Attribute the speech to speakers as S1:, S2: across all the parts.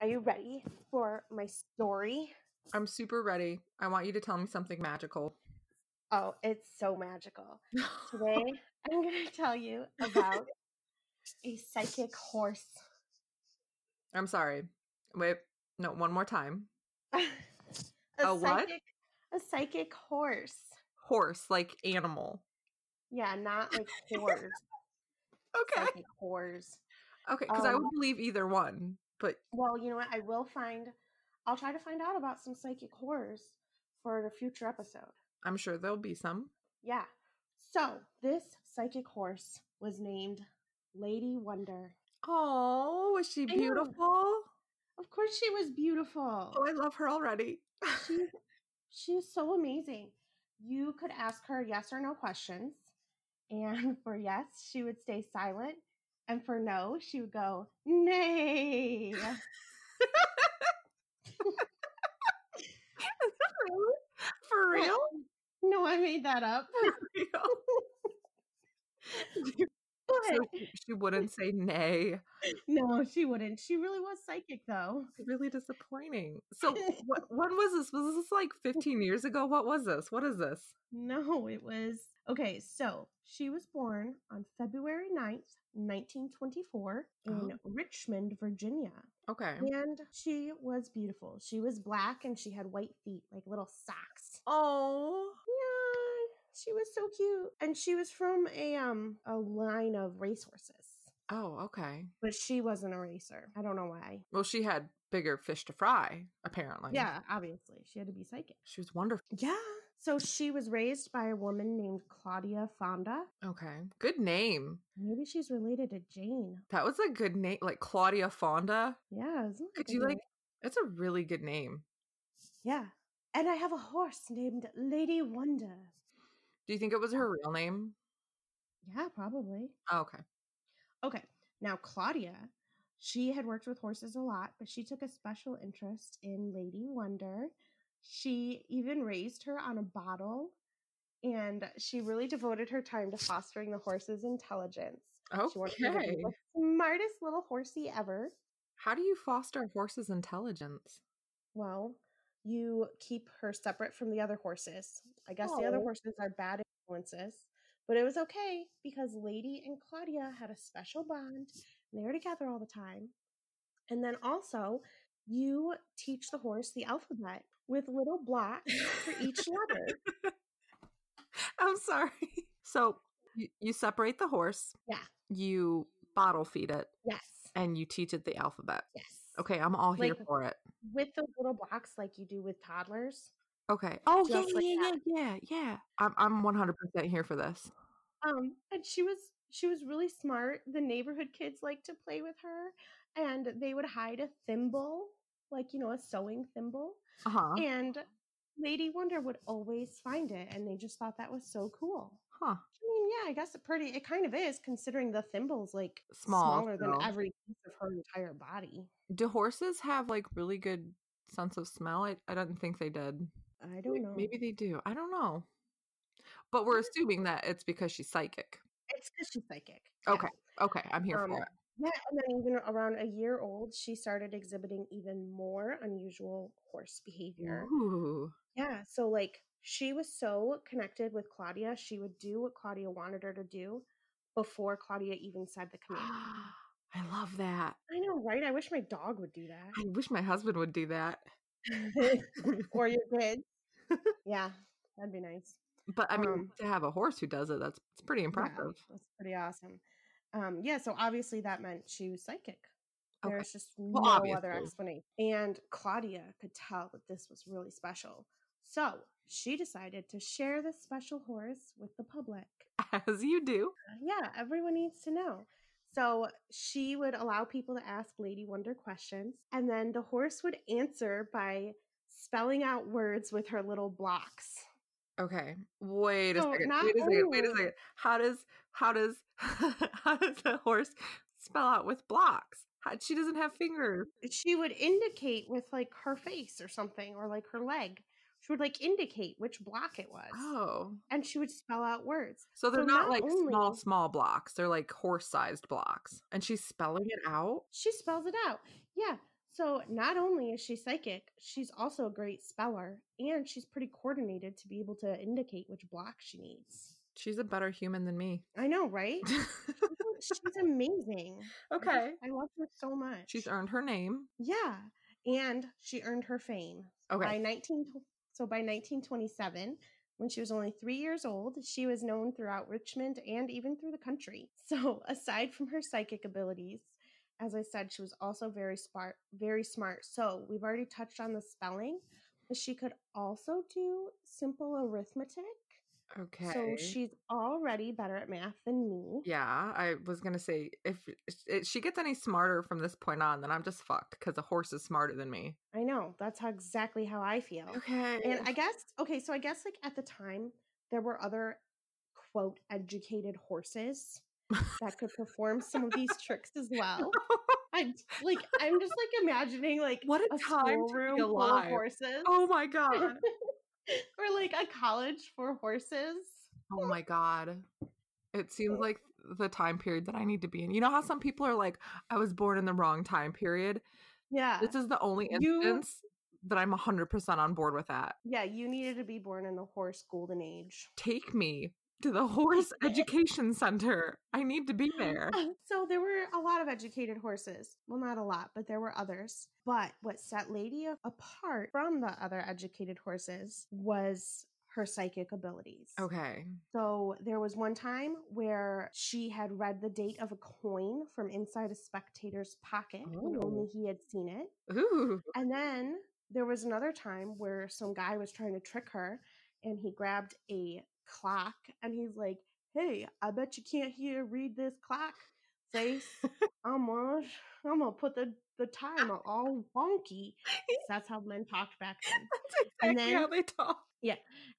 S1: Are you ready for my story?
S2: I'm super ready. I want you to tell me something magical.
S1: Oh, it's so magical. Today, I'm going to tell you about a psychic horse.
S2: I'm sorry. Wait, no, one more time.
S1: a
S2: A what?
S1: psychic, A psychic horse.
S2: Horse, like animal.
S1: Yeah, not like whores.
S2: Okay.
S1: Psychic whores.
S2: Okay, because I
S1: Um,
S2: would believe either one, but
S1: Well, you know what? I will find, I'll try to find out about some psychic whores for the future episode.
S2: I'm sure there'll be some.
S1: Yeah. So, this psychic horse was named Lady Wonder.
S2: Oh, is she
S1: know.
S2: beautiful? Oh,
S1: Of course, she was beautiful.
S2: I love her already.
S1: She's she's so amazing. You could ask her yes or no questions, and for yes, she would stay silent, and for no, she would go nay.
S2: For real?
S1: No, I made that up.
S2: For real? So
S1: But
S2: she- she wouldn't say nay.
S1: no, she wouldn't. She really was psychic, though.
S2: Really disappointing. So what, when was this? Was this like 15 years ago? What was this? What is this?
S1: No, it was okay. So she was born on February 9th, 1924, in Richmond, Virginia.
S2: Okay.
S1: And she was beautiful. She was black and she had white feet, like little socks.
S2: Oh,
S1: Yeah, she was so cute. And she was from a um a line of racehorses.
S2: Oh, okay.
S1: But she wasn't a racer. I don't know why.
S2: Well, she had bigger fish to fry, apparently.
S1: Yeah, obviously. She had to be psychic.
S2: She was wonderful.
S1: Yeah. So she was raised by a woman named Claudia Fonda.
S2: Okay. Good name.
S1: Maybe she's related to Jane.
S2: That was a good name. Like Claudia Fonda.
S1: Yeah. isn't that
S2: Could
S1: a
S2: you
S1: good
S2: like
S1: name?
S2: that's a really good name.
S1: Yeah. And I have a horse named Lady Wonder.
S2: Do you think it was her real name?
S1: Yeah, probably.
S2: Oh, okay.
S1: Okay. Now, Claudia, she had worked with horses a lot, but she took a special interest in Lady Wonder. She even raised her on a bottle, and she really devoted her time to fostering the horse's intelligence. She wanted her to be
S2: Okay.
S1: the smartest little horsey ever.
S2: How do you foster a horse's intelligence?
S1: Well, you keep her separate from the other horses. I guess the other
S2: Oh.
S1: horses are bad influences, but it was okay because Lady and Claudia had a special bond and they were together all the time. And then also, you teach the horse the alphabet with little blocks for each letter.
S2: I'm sorry. So you, you separate the horse.
S1: Yeah.
S2: You bottle feed it
S1: Yes.
S2: and you teach it the alphabet.
S1: Yes.
S2: Okay, I'm all here
S1: Like-
S2: for it.
S1: With those little blocks like you do with toddlers.
S2: Okay. Oh yeah,
S1: Just like
S2: yeah, yeah, yeah, yeah. I'm I'm 100 percent here for this.
S1: um and she was she was really smart the neighborhood kids liked to play with her and they would hide a thimble like you know a sewing thimble
S2: Uh huh.
S1: and lady wonder would always find it and they just thought that was so cool i
S2: Huh.
S1: mean yeah i guess it pretty it kind of is considering the thimble's like
S2: Small,
S1: smaller than
S2: so-
S1: every piece of her entire body
S2: Do horses have like really good sense of smell? I, I don't think they did.
S1: i don't know
S2: Maybe they do. I don't know. But we're assuming that it's because she's psychic.
S1: it's because she's psychic yeah.
S2: Okay. Okay. I'm here
S1: Um,
S2: for it.
S1: Yeah, and then even around a year old, she started exhibiting even more unusual horse behavior.
S2: Ooh.
S1: Yeah. So like she was so connected with Claudia, she would do what Claudia wanted her to do before Claudia even said the command.
S2: I love that.
S1: I know, right? I wish my dog would do
S2: I wish my husband would do that.
S1: that. or your kids. yeah, that'd be nice.
S2: But I mean,
S1: Um,
S2: to have a horse who does it, that's it's pretty impressive.
S1: Yeah, that's pretty awesome. Um, yeah, so obviously that meant she was psychic.
S2: Okay.
S1: There's just
S2: Well,
S1: no
S2: obviously.
S1: other explanation. And Claudia could tell that this was really special. So she decided to share this special horse with the public.
S2: As you do.
S1: Yeah, everyone needs to know. So she would allow people to ask Lady Wonder questions, and then the horse would answer by spelling out words with her little blocks.
S2: Okay. Wait a
S1: So
S2: second.
S1: not
S2: Wait a second. Wait a
S1: only-
S2: second. How does how does how does the horse spell out with blocks? How, she doesn't have fingers.
S1: She would indicate with like her face or something, or like her leg. She would like indicate which block it was,
S2: Oh.
S1: and she would spell out words.
S2: So they're
S1: So
S2: not,
S1: not
S2: like small,
S1: only-
S2: small blocks. They're like horse sized blocks. And she's spelling it out.
S1: She spells it out. Yeah. So not only is she psychic, she's also a great speller, and she's pretty coordinated to be able to indicate which block she needs.
S2: She's a better human than me.
S1: I know, right? Oh, she's amazing. I just-
S2: okay.
S1: I love her so much.
S2: She's earned her name.
S1: Yeah, and she earned her fame by
S2: Okay.
S1: 19 so by 1927 when she was only three years old she was known throughout richmond and even through the country so aside from her psychic abilities as i said she was also very smart very smart so we've already touched on the spelling but she could also do simple arithmetic
S2: Okay.
S1: so she's already better at math than me
S2: Yeah, I was gonna say if if she gets any smarter from this point on, then I'm just fucked because a horse is smarter than me.
S1: i know that's how exactly how i feel
S2: Okay.
S1: And I guess okay, so I guess like at the time there were other quote educated horses that could perform some of these tricks as well. I like I'm just like imagining like
S2: What a time to be
S1: schoolroom full of
S2: alive.
S1: horses
S2: oh my god.
S1: or like a college for horses.
S2: Oh my god. It seems like the time period that I need to be in. You know how some people are like, I was born in the wrong time period?
S1: Yeah.
S2: This is the only
S1: You-
S2: instance that I'm 100% on board with that.
S1: yeah, you needed to be born in the horse golden age.
S2: Take me to the Horse Education Center. I need to be there.
S1: So there were a lot of educated horses. Well, not a lot, but there were others. But what set Lady a- apart from the other educated horses was her psychic abilities.
S2: Okay.
S1: So there was one time where she had read the date of a coin from inside a spectator's pocket when
S2: Oh.
S1: only he had seen it.
S2: Ooh.
S1: And then there was another time where some guy was trying to trick her and he grabbed a clock and he's like, Hey, I bet you can't hear read this clock. Face, I'm gonna, I'm gonna put the, the time all wonky. 'Cause That's how men talked back then.
S2: That's
S1: And
S2: exactly how
S1: then-
S2: they talk.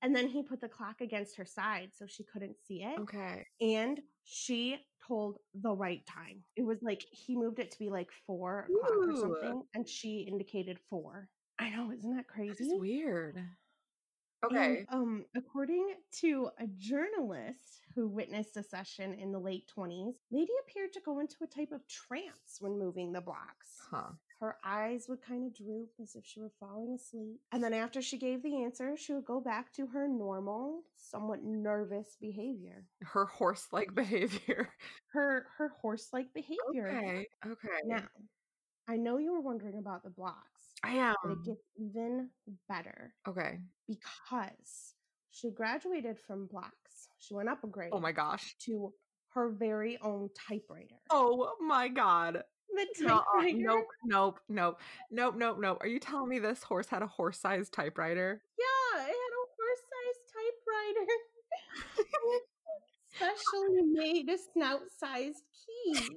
S1: And then he put the clock against her side so she couldn't see it.
S2: Okay.
S1: And she told the right time. It was like he moved it to be like four o'clock or
S2: Ooh.
S1: something, and she indicated four. I know, isn't that crazy?
S2: This is weird.
S1: And,
S2: Mm-hmm. Okay.
S1: um, according to a journalist who witnessed a session in the late 20s, Lady appeared to go into a type of trance when moving the blocks.
S2: Huh.
S1: Her eyes would kind of droop as if she were falling asleep. And then after she gave the answer, she would go back to her normal, somewhat nervous behavior.
S2: Her horse like behavior.
S1: Her her horse-like behavior.
S2: Okay. Okay.
S1: Now, I know you were wondering about the blocks,
S2: I
S1: but it
S2: am.
S1: gets even better
S2: Okay.
S1: because she graduated from blocks. She went up a grade
S2: Oh my gosh.
S1: to her very own typewriter.
S2: Oh my god.
S1: the
S2: Nuh-uh.
S1: typewriter?
S2: Nope, nope, nope, nope, nope, nope. Are you telling me this horse had a horse sized typewriter?
S1: Yeah, it had a horse-sized typewriter. Specially made a snout-sized keys.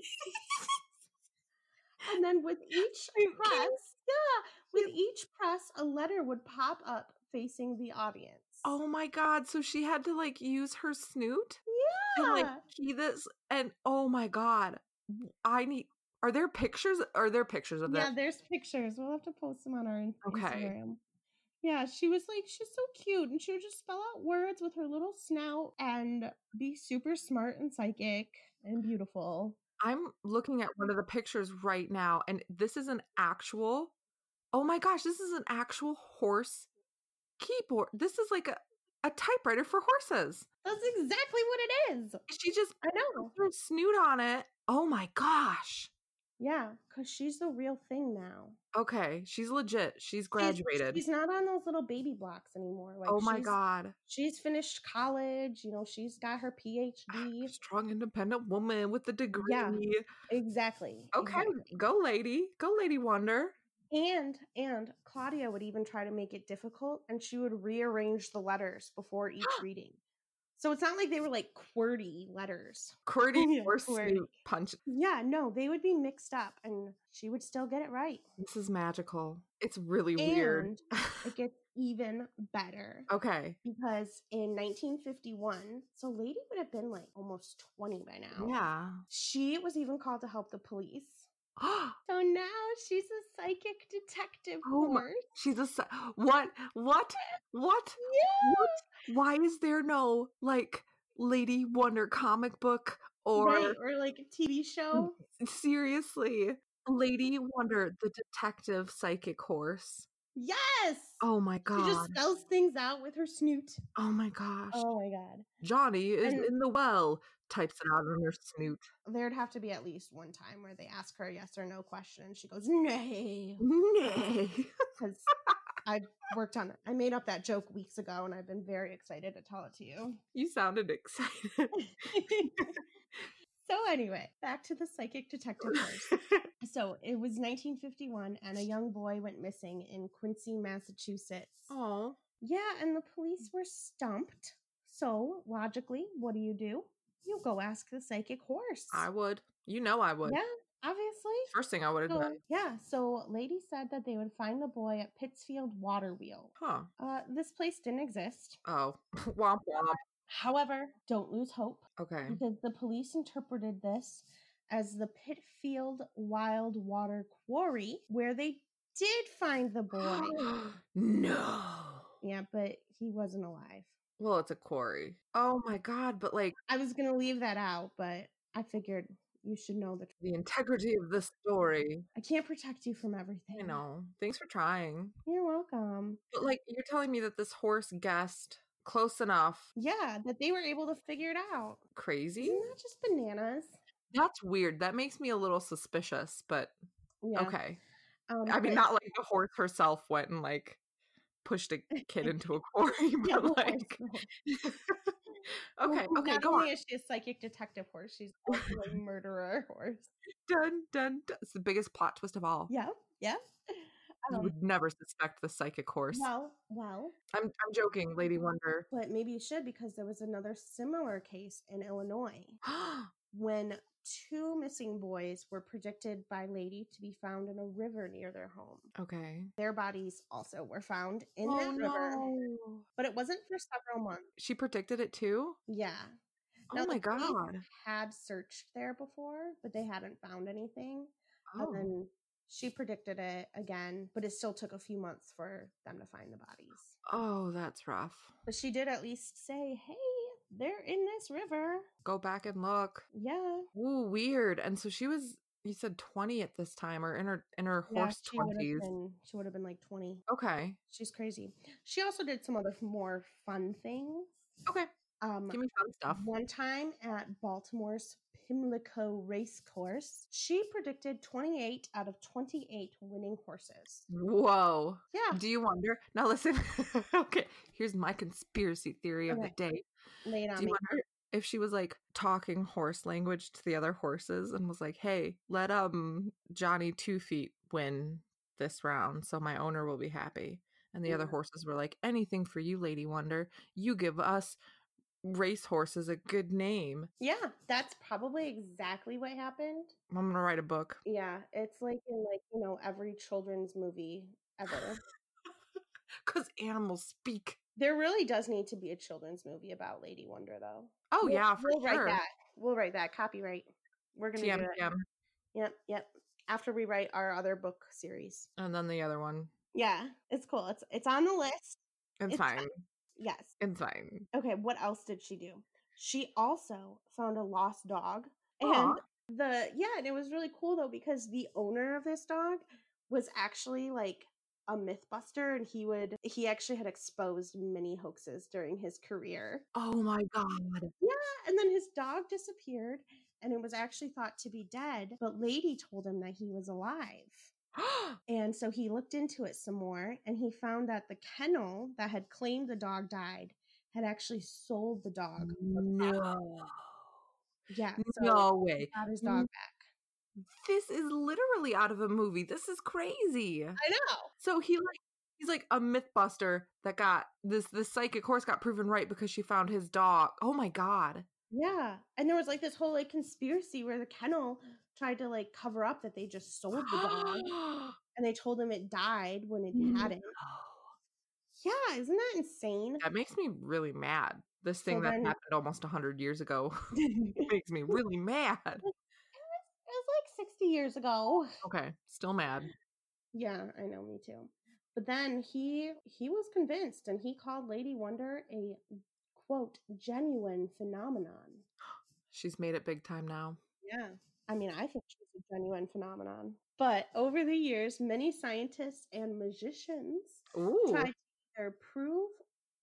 S1: and then with each
S2: Wait, can-
S1: press, yeah, with each press, a letter would pop up facing the audience.
S2: Oh my god. So she had to like use her snoot
S1: yeah.
S2: and like key this and oh my god. I need are there pictures are there pictures of
S1: Yeah,
S2: that?
S1: there's pictures. We'll have to post them on our in-
S2: Okay.
S1: Instagram. Yeah, she was like, she's so cute, and she would just spell out words with her little snout and be super smart and psychic and beautiful.
S2: I'm looking at one of the pictures right now and this is an actual Oh my gosh, this is an actual horse keyboard. This is like a, a typewriter for horses.
S1: That's exactly what it is.
S2: She just
S1: I know.
S2: threw snoot on it. Oh my gosh.
S1: Yeah, because she's the real thing now.
S2: Okay, she's legit. She's
S1: She's-
S2: graduated.
S1: She's, not on those little baby blocks anymore. Like,
S2: oh my
S1: she's-
S2: god. Ah,
S1: She's finished college. You know, she's got her PhD.
S2: Strong independent woman with a degree.
S1: exactly.
S2: Okay,
S1: exactly.
S2: go lady. Go lady wonder.
S1: And and Claudia would even try to make it difficult and she would rearrange the letters before each reading. So it's not like they were like QWERTY letters.
S2: Curdy
S1: Yeah,
S2: or
S1: swear.
S2: snoot punch.
S1: Yeah, no, they would be mixed up and she would still get it right.
S2: This is magical. It's really weird.
S1: It gets even better
S2: okay.
S1: because in 1951, so Lady would have been like almost 20 by now.
S2: Yeah.
S1: She was even called to help the police. So now she's a psychic detective.
S2: Oh my-
S1: horse.
S2: she's a s- what what what
S1: Yeah.
S2: What? why is there no like lady wonder comic book or
S1: right, or like a TV show.
S2: seriously Lady Wonder, the detective psychic horse.
S1: Yes.
S2: Oh my
S1: She
S2: god.
S1: just spells things out with her snoot.
S2: oh my gosh.
S1: Oh my god.
S2: Johnny is
S1: and-
S2: in the well, types it out on her snoot.
S1: There'd have to be at least one time where they ask her a yes or no question and she goes, Nay.
S2: Nay.
S1: Because I worked on I made up that joke weeks ago and I've been very excited to tell it to you.
S2: You sounded excited.
S1: so anyway, back to the psychic detective horse. So it was 1951 and a young boy went missing in Quincy, Massachusetts.
S2: Oh.
S1: Yeah, and the police were stumped. So logically, what do you do? You go ask the psychic horse.
S2: I would. You know I would.
S1: Yeah, obviously.
S2: First thing I would have
S1: So,
S2: done.
S1: yeah, so Lady said that they would find the boy at Pittsfield Water Wheel.
S2: Huh.
S1: Uh, this place didn't exist.
S2: Oh. womp womp.
S1: However, don't lose hope
S2: Okay.
S1: because the police interpreted this as the Pitfield Wild Water Quarry, where they did find the boy.
S2: no.
S1: yeah, but he wasn't alive.
S2: Well, it's a quarry. Oh my god, but like
S1: I was going to leave that out, but I figured you should know the truth.
S2: the integrity of the story.
S1: I can't protect you from everything.
S2: You know. Thanks for trying.
S1: You're welcome.
S2: But like you're telling me that this horse guessed close enough.
S1: Yeah, that they were able to figure it out.
S2: Crazy?
S1: Isn't that just bananas?
S2: That's weird. That makes me a little suspicious, but
S1: Yeah.
S2: okay.
S1: Um,
S2: I mean,
S1: but-
S2: not like the horse herself went and like pushed a kid into a quarry, but
S1: Yeah, of course,
S2: like,
S1: of course.
S2: okay,
S1: Well,
S2: okay,
S1: not
S2: go
S1: only
S2: on.
S1: is she a psychic detective horse, she's also a murderer horse.
S2: Dun, dun, dun. It's the biggest plot twist of all.
S1: Yeah, yeah.
S2: You
S1: Um,
S2: would never suspect the psychic horse.
S1: well, well,
S2: I'm, I'm joking,
S1: Mm-hmm.
S2: Lady Wonder.
S1: but maybe you should because there was another similar case in Illinois when two missing boys were predicted by Lady to be found in a river near their home.
S2: okay.
S1: Their bodies also were found in
S2: oh,
S1: that river,
S2: no.
S1: but it wasn't for several months.
S2: She predicted it too?
S1: Yeah,
S2: oh
S1: Now,
S2: my
S1: the police
S2: god.
S1: had searched there before, but they hadn't found anything.
S2: Oh.
S1: And then she predicted it again, but it still took a few months for them to find the bodies.
S2: oh, that's rough.
S1: But she did at least say, hey, they're in this river.
S2: Go back and look.
S1: Yeah.
S2: Ooh, weird. And so she was, you said 20 at this time or in her, in her
S1: Yeah,
S2: horse
S1: she would
S2: 20s.
S1: have been she would have been like 20.
S2: Okay.
S1: She's crazy. She also did some other more fun things.
S2: Okay.
S1: Um
S2: Give me fun stuff.
S1: One time at Baltimore's Pimlico race course, she predicted 28 out of 28 winning horses.
S2: Whoa.
S1: Yeah,
S2: Do you wonder? Now listen. okay, here's my conspiracy theory of
S1: Okay.
S2: the day.
S1: lay it
S2: Do
S1: on
S2: you
S1: me.
S2: wonder if she was like talking horse language to the other horses and was like, "Hey, let um Johnny Two Feet win this round, so my owner will be happy." And the other
S1: Yeah.
S2: horses were like, "Anything for you, Lady Wonder. You give us race horses a good name.
S1: Yeah, that's probably exactly what happened.
S2: I'm gonna write a book."
S1: Yeah, it's like in like, you know, every children's movie ever.
S2: Because animals speak.
S1: there really does need to be a children's movie about Lady Wonder though.
S2: Oh
S1: We'll-
S2: yeah, for
S1: we'll
S2: sure.
S1: write that. We'll write that. Copyright. We're gonna
S2: TM,
S1: do it. Yep, yep. After we write our other book series.
S2: and then the other one.
S1: Yeah, it's cool. It's it's on the list.
S2: It's
S1: It's
S2: fine.
S1: Yes.
S2: It's fine.
S1: Okay, what else did she do? She also found a lost dog.
S2: Aw.
S1: And the yeah, and it was really cool though because the owner of this dog was actually like a mythbuster and he would he actually had exposed many hoaxes during his career.
S2: Oh my god.
S1: And then his dog disappeared and it was actually thought to be dead, but Lady told him that he was alive. And so he looked into it some more and he found that the kennel that had claimed the dog died had actually sold the dog. for cash.
S2: no.
S1: Yeah. So
S2: no way.
S1: Got his
S2: Mm.
S1: dog back.
S2: This is literally out of a movie. This is crazy.
S1: I know.
S2: So he like he's like a mythbuster that got this this psychic horse got proven right because she found his dog. Oh my god.
S1: Yeah. And there was like this whole like conspiracy where the kennel tried to like cover up that they just sold the dog and they told him it died when it hadn't. Yeah, isn't that insane?
S2: that makes me really mad. This thing that
S1: then-
S2: happened almost 100 years ago
S1: it was
S2: makes me really mad.
S1: like 60 years ago.
S2: Okay, still mad.
S1: Yeah, I know, me too. But then he he was convinced and he called Lady Wonder a quote genuine phenomenon.
S2: She's made it big time now.
S1: Yeah. I mean, I think she's a genuine phenomenon. But over the years, many scientists and magicians
S2: Ooh.
S1: tried to either prove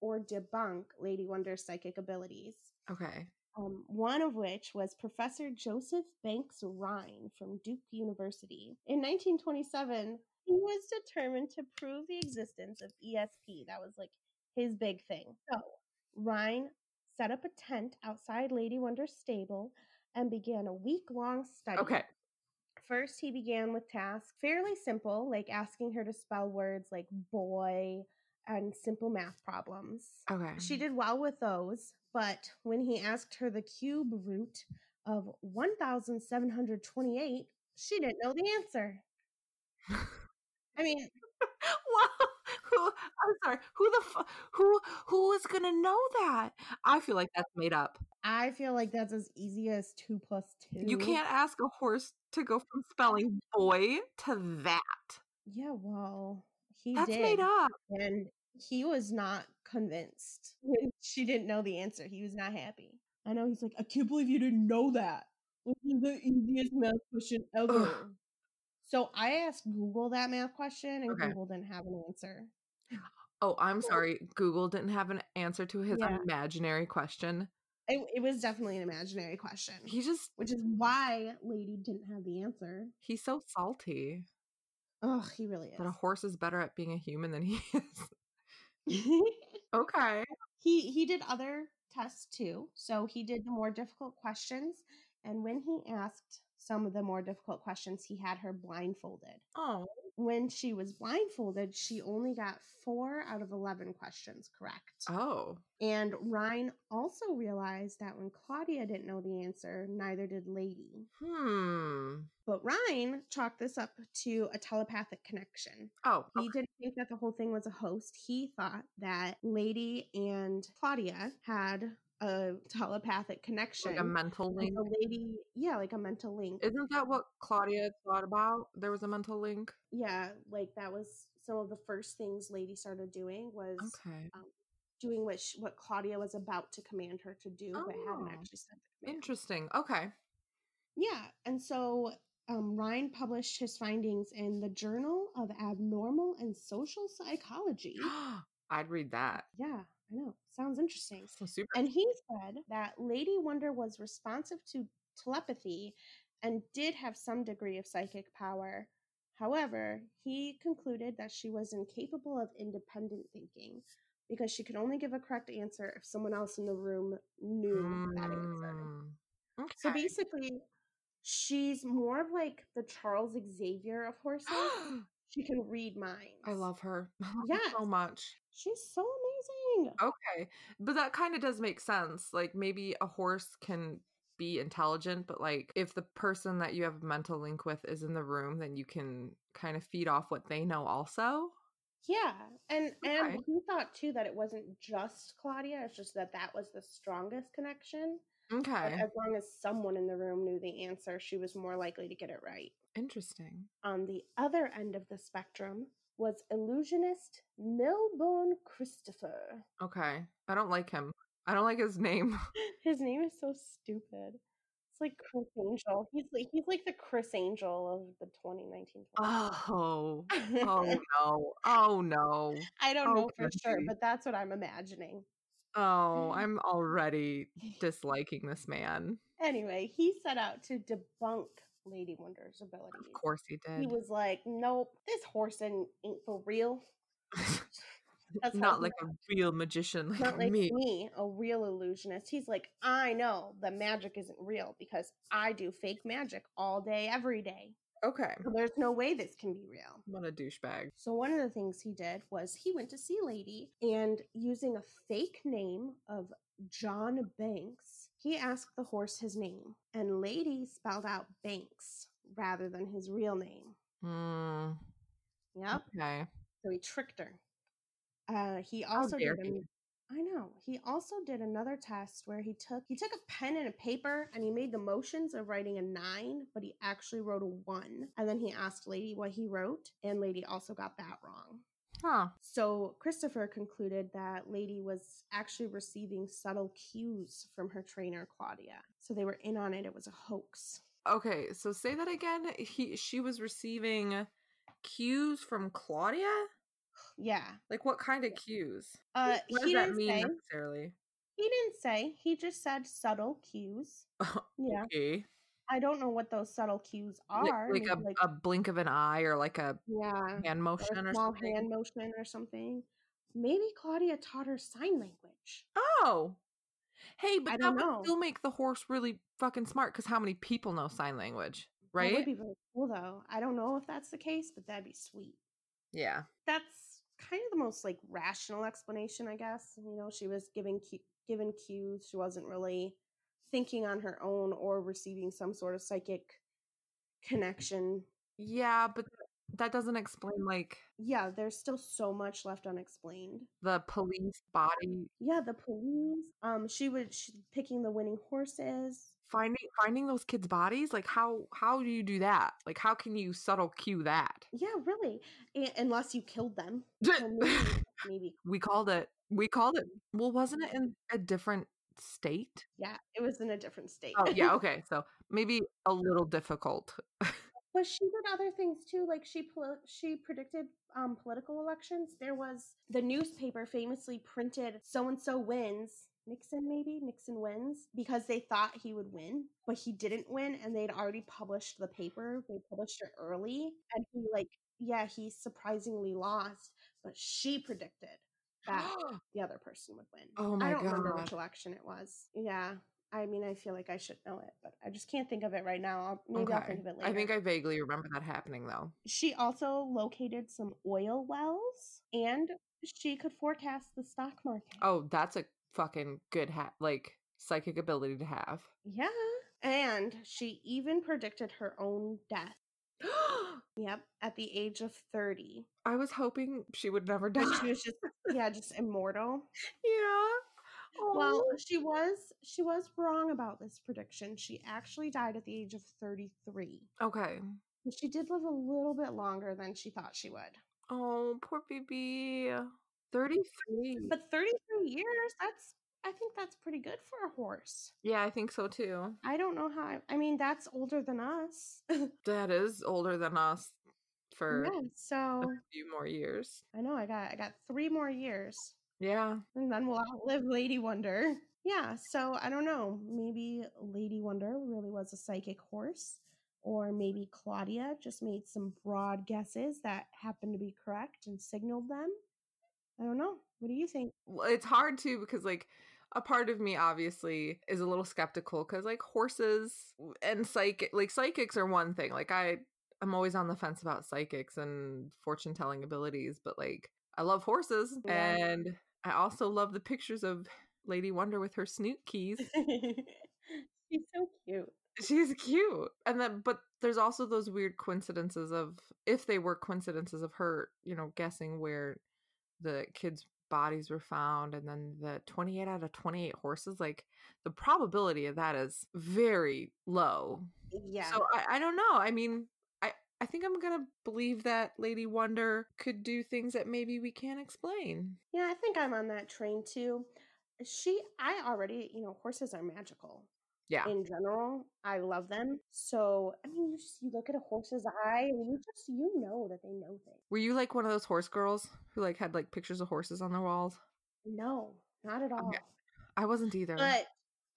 S1: or debunk Lady Wonder's psychic abilities.
S2: Okay.
S1: Um, one of which was Professor Joseph Banks Rhine from Duke University. In 1927, he was determined to prove the existence of ESP. That was like his big thing. So Rhine set up a tent outside Lady Wonder's stable and began a week long study.
S2: Okay.
S1: First, he began with tasks fairly simple, like asking her to spell words like boy and simple math problems.
S2: Okay.
S1: She did well with those, but when he asked her the cube root of 1,728, she didn't know the answer. I mean,
S2: well, who? I'm sorry. Who the? Fu- who? Who is gonna know that? I feel like that's made up.
S1: I feel like that's as easy as two plus two.
S2: You can't ask a horse to go from spelling boy to that.
S1: Yeah, well, he
S2: that's
S1: did.
S2: made up.
S1: And he was not convinced when she didn't know the answer. He was not happy. I know he's like, I can't believe you didn't know that. This is the easiest math question ever. So I asked Google that math question, and
S2: Okay.
S1: Google didn't have an answer.
S2: Oh, I'm sorry. Google didn't have an answer to his
S1: Yeah.
S2: imaginary question.
S1: It, it was definitely an imaginary question,
S2: He just
S1: which is why Lady didn't have the answer.
S2: he's so salty
S1: Oh, he really is.
S2: that a horse is better at being a human than he is. Okay.
S1: he he did other tests too so he did the more difficult questions and when he asked some of the more difficult questions he had her blindfolded
S2: Oh.
S1: when she was blindfolded she only got four out of 11 questions correct
S2: Oh.
S1: and ryan also realized that when claudia didn't know the answer neither did lady
S2: Hmm.
S1: but ryan chalked this up to a telepathic connection
S2: Oh.
S1: he didn't think that the whole thing was a host. He thought that Lady and Claudia had a telepathic connection.
S2: Like a mental
S1: Like
S2: link.
S1: a lady, yeah, like a mental link.
S2: Isn't that what Claudia thought about? There was a mental link.
S1: yeah, like that was some of the first things Lady started doing was
S2: Okay.
S1: doing what sh what Claudia was about to command her to do, but hadn't
S2: Oh.
S1: actually said the command.
S2: Interesting. Okay.
S1: Yeah, and so um, Ryan published his findings in the Journal of Abnormal and Social Psychology.
S2: I'd read that.
S1: yeah, I know. Sounds interesting.
S2: So super.
S1: And he said that Lady Wonder was responsive to telepathy and did have some degree of psychic power. However, he concluded that she was incapable of independent thinking because she could only give a correct answer if someone else in the room knew that answer.
S2: Mm. Okay.
S1: So basically, she's more of like the Charles Xavier of horses. she can read minds.
S2: I love her so
S1: Yes.
S2: much.
S1: She's so amazing.
S2: Okay. But that kind of does make sense. Like maybe a horse can be intelligent, but like if the person that you have a mental link with is in the room, then you can kind of feed off what they know also.
S1: Yeah, and and
S2: Okay.
S1: he thought too that it wasn't just Claudia. It's just that that was the strongest connection. Like,
S2: Okay.
S1: as long as someone in the room knew the answer, she was more likely to get it right.
S2: Interesting.
S1: On the other end of the spectrum was illusionist Milburn Christopher.
S2: Okay. I don't like him. I don't like his name.
S1: His name is so stupid. It's like Chris Angel. He's like he's like the Chris Angel of the 2019.
S2: Oh. Oh no. Oh no.
S1: I don't know for sure,
S2: okay.
S1: but that's what I'm imagining.
S2: Oh,
S1: Mm-hmm.
S2: I'm already disliking this man.
S1: Anyway, he set out to debunk Lady Wonder's
S2: Of
S1: abilities.
S2: course he
S1: He
S2: did.
S1: was like, "Nope, this horse ain't, ain't for real. That's how
S2: Not
S1: he
S2: like a real magician like,
S1: Not like
S2: me.
S1: me. a real illusionist." He's like, "I know that magic isn't real because I do fake magic all day, every day.
S2: Okay.
S1: So there's no way this can be real."
S2: What a douchebag.
S1: So one of the things he did was he went to see Lady and using a fake name of John Banks, he asked the horse his name and Lady spelled out Banks rather than his real name.
S2: Mm,
S1: Yep.
S2: okay.
S1: So he tricked her. Uh, he
S2: How
S1: also
S2: dare
S1: did. An- I know. He also did another test where he took he took a pen and a paper and he made the motions of writing a nine, but he actually wrote a one. And then he asked Lady what he wrote, and Lady also got that wrong.
S2: Huh.
S1: So Christopher concluded that Lady was actually receiving subtle cues from her trainer Claudia. So they were in on it. It was a hoax.
S2: Okay, so say that again. He she was receiving cues from Claudia?
S1: Yeah.
S2: Like what kind of cues?
S1: Uh,
S2: what
S1: he
S2: does that
S1: didn't
S2: mean
S1: say.
S2: necessarily?
S1: He didn't say. He just said subtle cues. Yeah.
S2: Okay.
S1: I don't know what those subtle cues
S2: Like-
S1: are.
S2: Like,
S1: maybe
S2: a, a blink of an eye or like a
S1: yeah,
S2: hand
S1: Mm, or
S2: motion
S1: a
S2: or
S1: small
S2: something.
S1: hand motion or something. Maybe Claudia taught her sign language.
S2: Oh. Hey,
S1: I
S2: but that
S1: don't
S2: would
S1: know.
S2: still make the horse really fucking smart because how many people know sign language,
S1: That
S2: right?
S1: would be really cool, though. I don't know if that's the case, but that'd be sweet.
S2: yeah.
S1: That's kind of the most like rational explanation, I guess. You know, she was giving cu- given cues. She wasn't really thinking on her own or receiving some sort of psychic connection.
S2: Yeah, but that doesn't explain like
S1: Yeah, there's still so much left unexplained.
S2: the police body
S1: Yeah, the police. Um, she was she, picking the winning horses.
S2: finding finding those kids' bodies. Like how how do you do that? Like how can you subtle cue that?
S1: Yeah, really. A unless you killed them. So maybe, maybe.
S2: we called it. We called it. Well, wasn't it in a different state?
S1: Yeah, it was in a different state.
S2: Oh yeah, okay. So maybe a little difficult.
S1: but she did other things too. Like she pol- she predicted um, political elections. There was the newspaper famously printed so and so wins. Nixon maybe Nixon wins because they thought he would win, but he didn't win, and they'd already published the paper. They published it early, and he like yeah he surprisingly lost, but she predicted that the other person would win.
S2: oh
S1: I
S2: my
S1: don't remember
S2: god.
S1: which election it was. Yeah. I mean, I feel like I should know it, but I just can't think of it right now. I'll, maybe I'll
S2: Okay.
S1: think of it later.
S2: I think I vaguely remember that happening though.
S1: she also located some oil wells and she could forecast the stock market.
S2: Oh, that's a fucking good hat like psychic ability to have.
S1: Yeah. And she even predicted her own death. Yep. At the age of 30.
S2: I was hoping she would never die.
S1: But she was just, yeah, just immortal.
S2: Yeah.
S1: Well,
S2: Oh.
S1: she was she was wrong about this prediction. She actually died at the age of 33.
S2: okay.
S1: But she did live a little bit longer than she thought she would.
S2: Oh, poor baby. 33.
S1: But 33 years, that's I think that's pretty good for a horse.
S2: yeah, I think so too.
S1: I don't know how I, I mean that's older than us.
S2: That is older than us for
S1: yeah,
S2: a
S1: so
S2: few more years.
S1: I know I got I got 3 more years
S2: Yeah.
S1: and then we'll outlive Lady Wonder. Yeah, so I don't know. Maybe Lady Wonder really was a psychic horse or maybe Claudia just made some broad guesses that happened to be correct and signaled them. I don't know. What do you think?
S2: Well, it's hard too because, like, a part of me obviously is a little skeptical because, like, horses and psychic, like, psychics are one thing. Like, I, I'm always on the fence about psychics and fortune telling abilities, but like, I love horses
S1: Yeah.
S2: and I also love the pictures of Lady Wonder with her snoot keys.
S1: She's so cute.
S2: She's cute. And then but there's also those weird coincidences of if they were coincidences of her, you know, guessing where the kids' bodies were found and then the 28 out of 28 horses like the probability of that is very low.
S1: Yeah.
S2: So I, I don't know. I mean, I I think I'm going to believe that Lady Wonder could do things that maybe we can't explain.
S1: Yeah, I think I'm on that train too. She, I already, you know, horses are magical
S2: Yeah.
S1: in general. I love them. So, I mean, you just you look at a horse's eye and you just you know that they know things.
S2: Were you like one of those horse girls who like had like pictures of horses on their walls?
S1: No, not at all.
S2: I wasn't either.
S1: But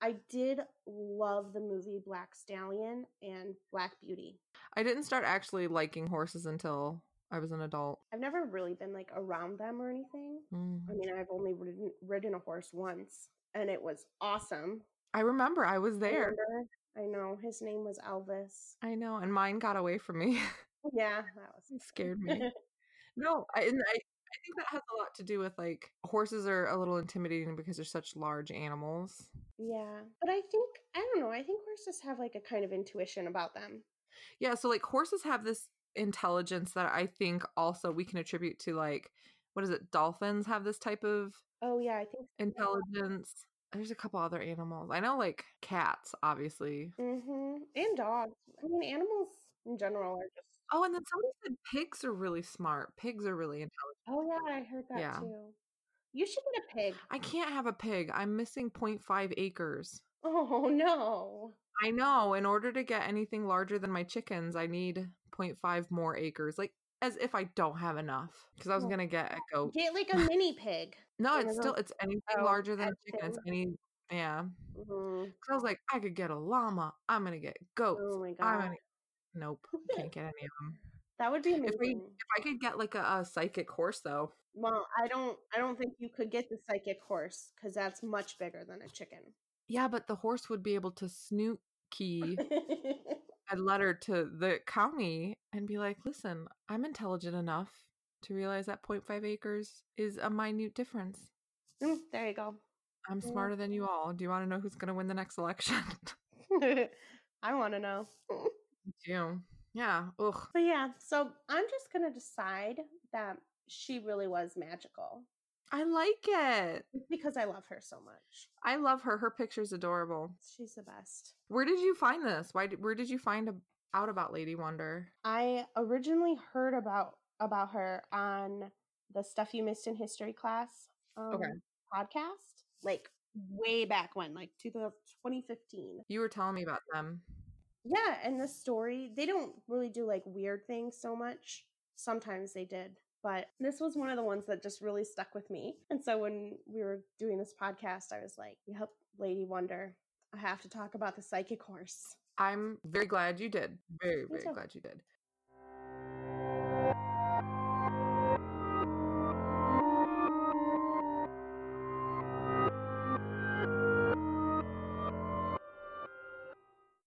S1: I did love the movie Black Stallion and Black Beauty.
S2: I didn't start actually liking horses until I was an adult.
S1: I've never really been like around them or anything. I
S2: Mm.
S1: mean, I've only ridden, ridden a horse once and it was awesome.
S2: I remember I was
S1: I
S2: there.
S1: remember- I know his name was Elvis.
S2: I know, and mine got away from me.
S1: Yeah, that was
S2: it scared me. No, I, and I I think that has a lot to do with like horses are a little intimidating because they're such large animals.
S1: Yeah. But I think, I don't know, I think horses have like a kind of intuition about them.
S2: Yeah, so like horses have this intelligence that I think also we can attribute to like what is it? Dolphins have this type of
S1: Oh, yeah, I think
S2: intelligence. There's a couple other animals. I know like cats obviously
S1: hmm And dogs. I mean, animals in general are just,
S2: Oh, and then somebody said pigs are really smart. Pigs are really intelligent.
S1: oh, yeah, I heard that
S2: Yeah.
S1: too. You should get a pig.
S2: I can't have a pig. I'm missing 0.5 acres.
S1: Oh no.
S2: I know. In order to get anything larger than my chickens, I need 0.5 more acres. Like as if I don't have enough because I was
S1: Oh.
S2: gonna get a goat.
S1: Get like a mini pig.
S2: No,
S1: Or
S2: it's
S1: is it-
S2: still it's anything
S1: Oh,
S2: larger than a
S1: that's
S2: chicken. It's
S1: it.
S2: any yeah. 'Cause
S1: Mm,
S2: I was like, I could get a llama. I'm gonna get goats.
S1: Oh my god.
S2: I'm gonna nope. Can't get any of them.
S1: That would be
S2: we-
S1: amazing.
S2: If I could get like a, a psychic horse though.
S1: Well, I don't I don't think you could get the psychic horse because that's much bigger than a chicken.
S2: Yeah, but the horse would be able to snoot key a letter to the county and be like, listen, I'm intelligent enough to realize that 0.5 acres is a minute difference.
S1: Mm, there you go.
S2: I'm
S1: Yeah.
S2: smarter than you all. Do you want to know who's going to win the next election?
S1: I want to know.
S2: Do. Yeah. Ugh.
S1: But yeah, so I'm just going to decide that she really was magical
S2: I like it.
S1: because I love her so much.
S2: I love her. Her picture's adorable.
S1: She's the best.
S2: Where did you find this? Why? Did, where did you find ab- out about Lady Wonder?
S1: I originally heard about about her on the stuff you missed in history class um,
S2: Okay.
S1: podcast, like way back when, like 2000 2015.
S2: You were telling me about them.
S1: Yeah, and the story, they don't really do like weird things so much. Sometimes they did, but this was one of the ones that just really stuck with me. And so when we were doing this podcast, I was like, yep, Lady Wonder, I have to talk about the psychic horse.
S2: I'm very glad you did. Very,
S1: Me
S2: very
S1: too.
S2: glad you did.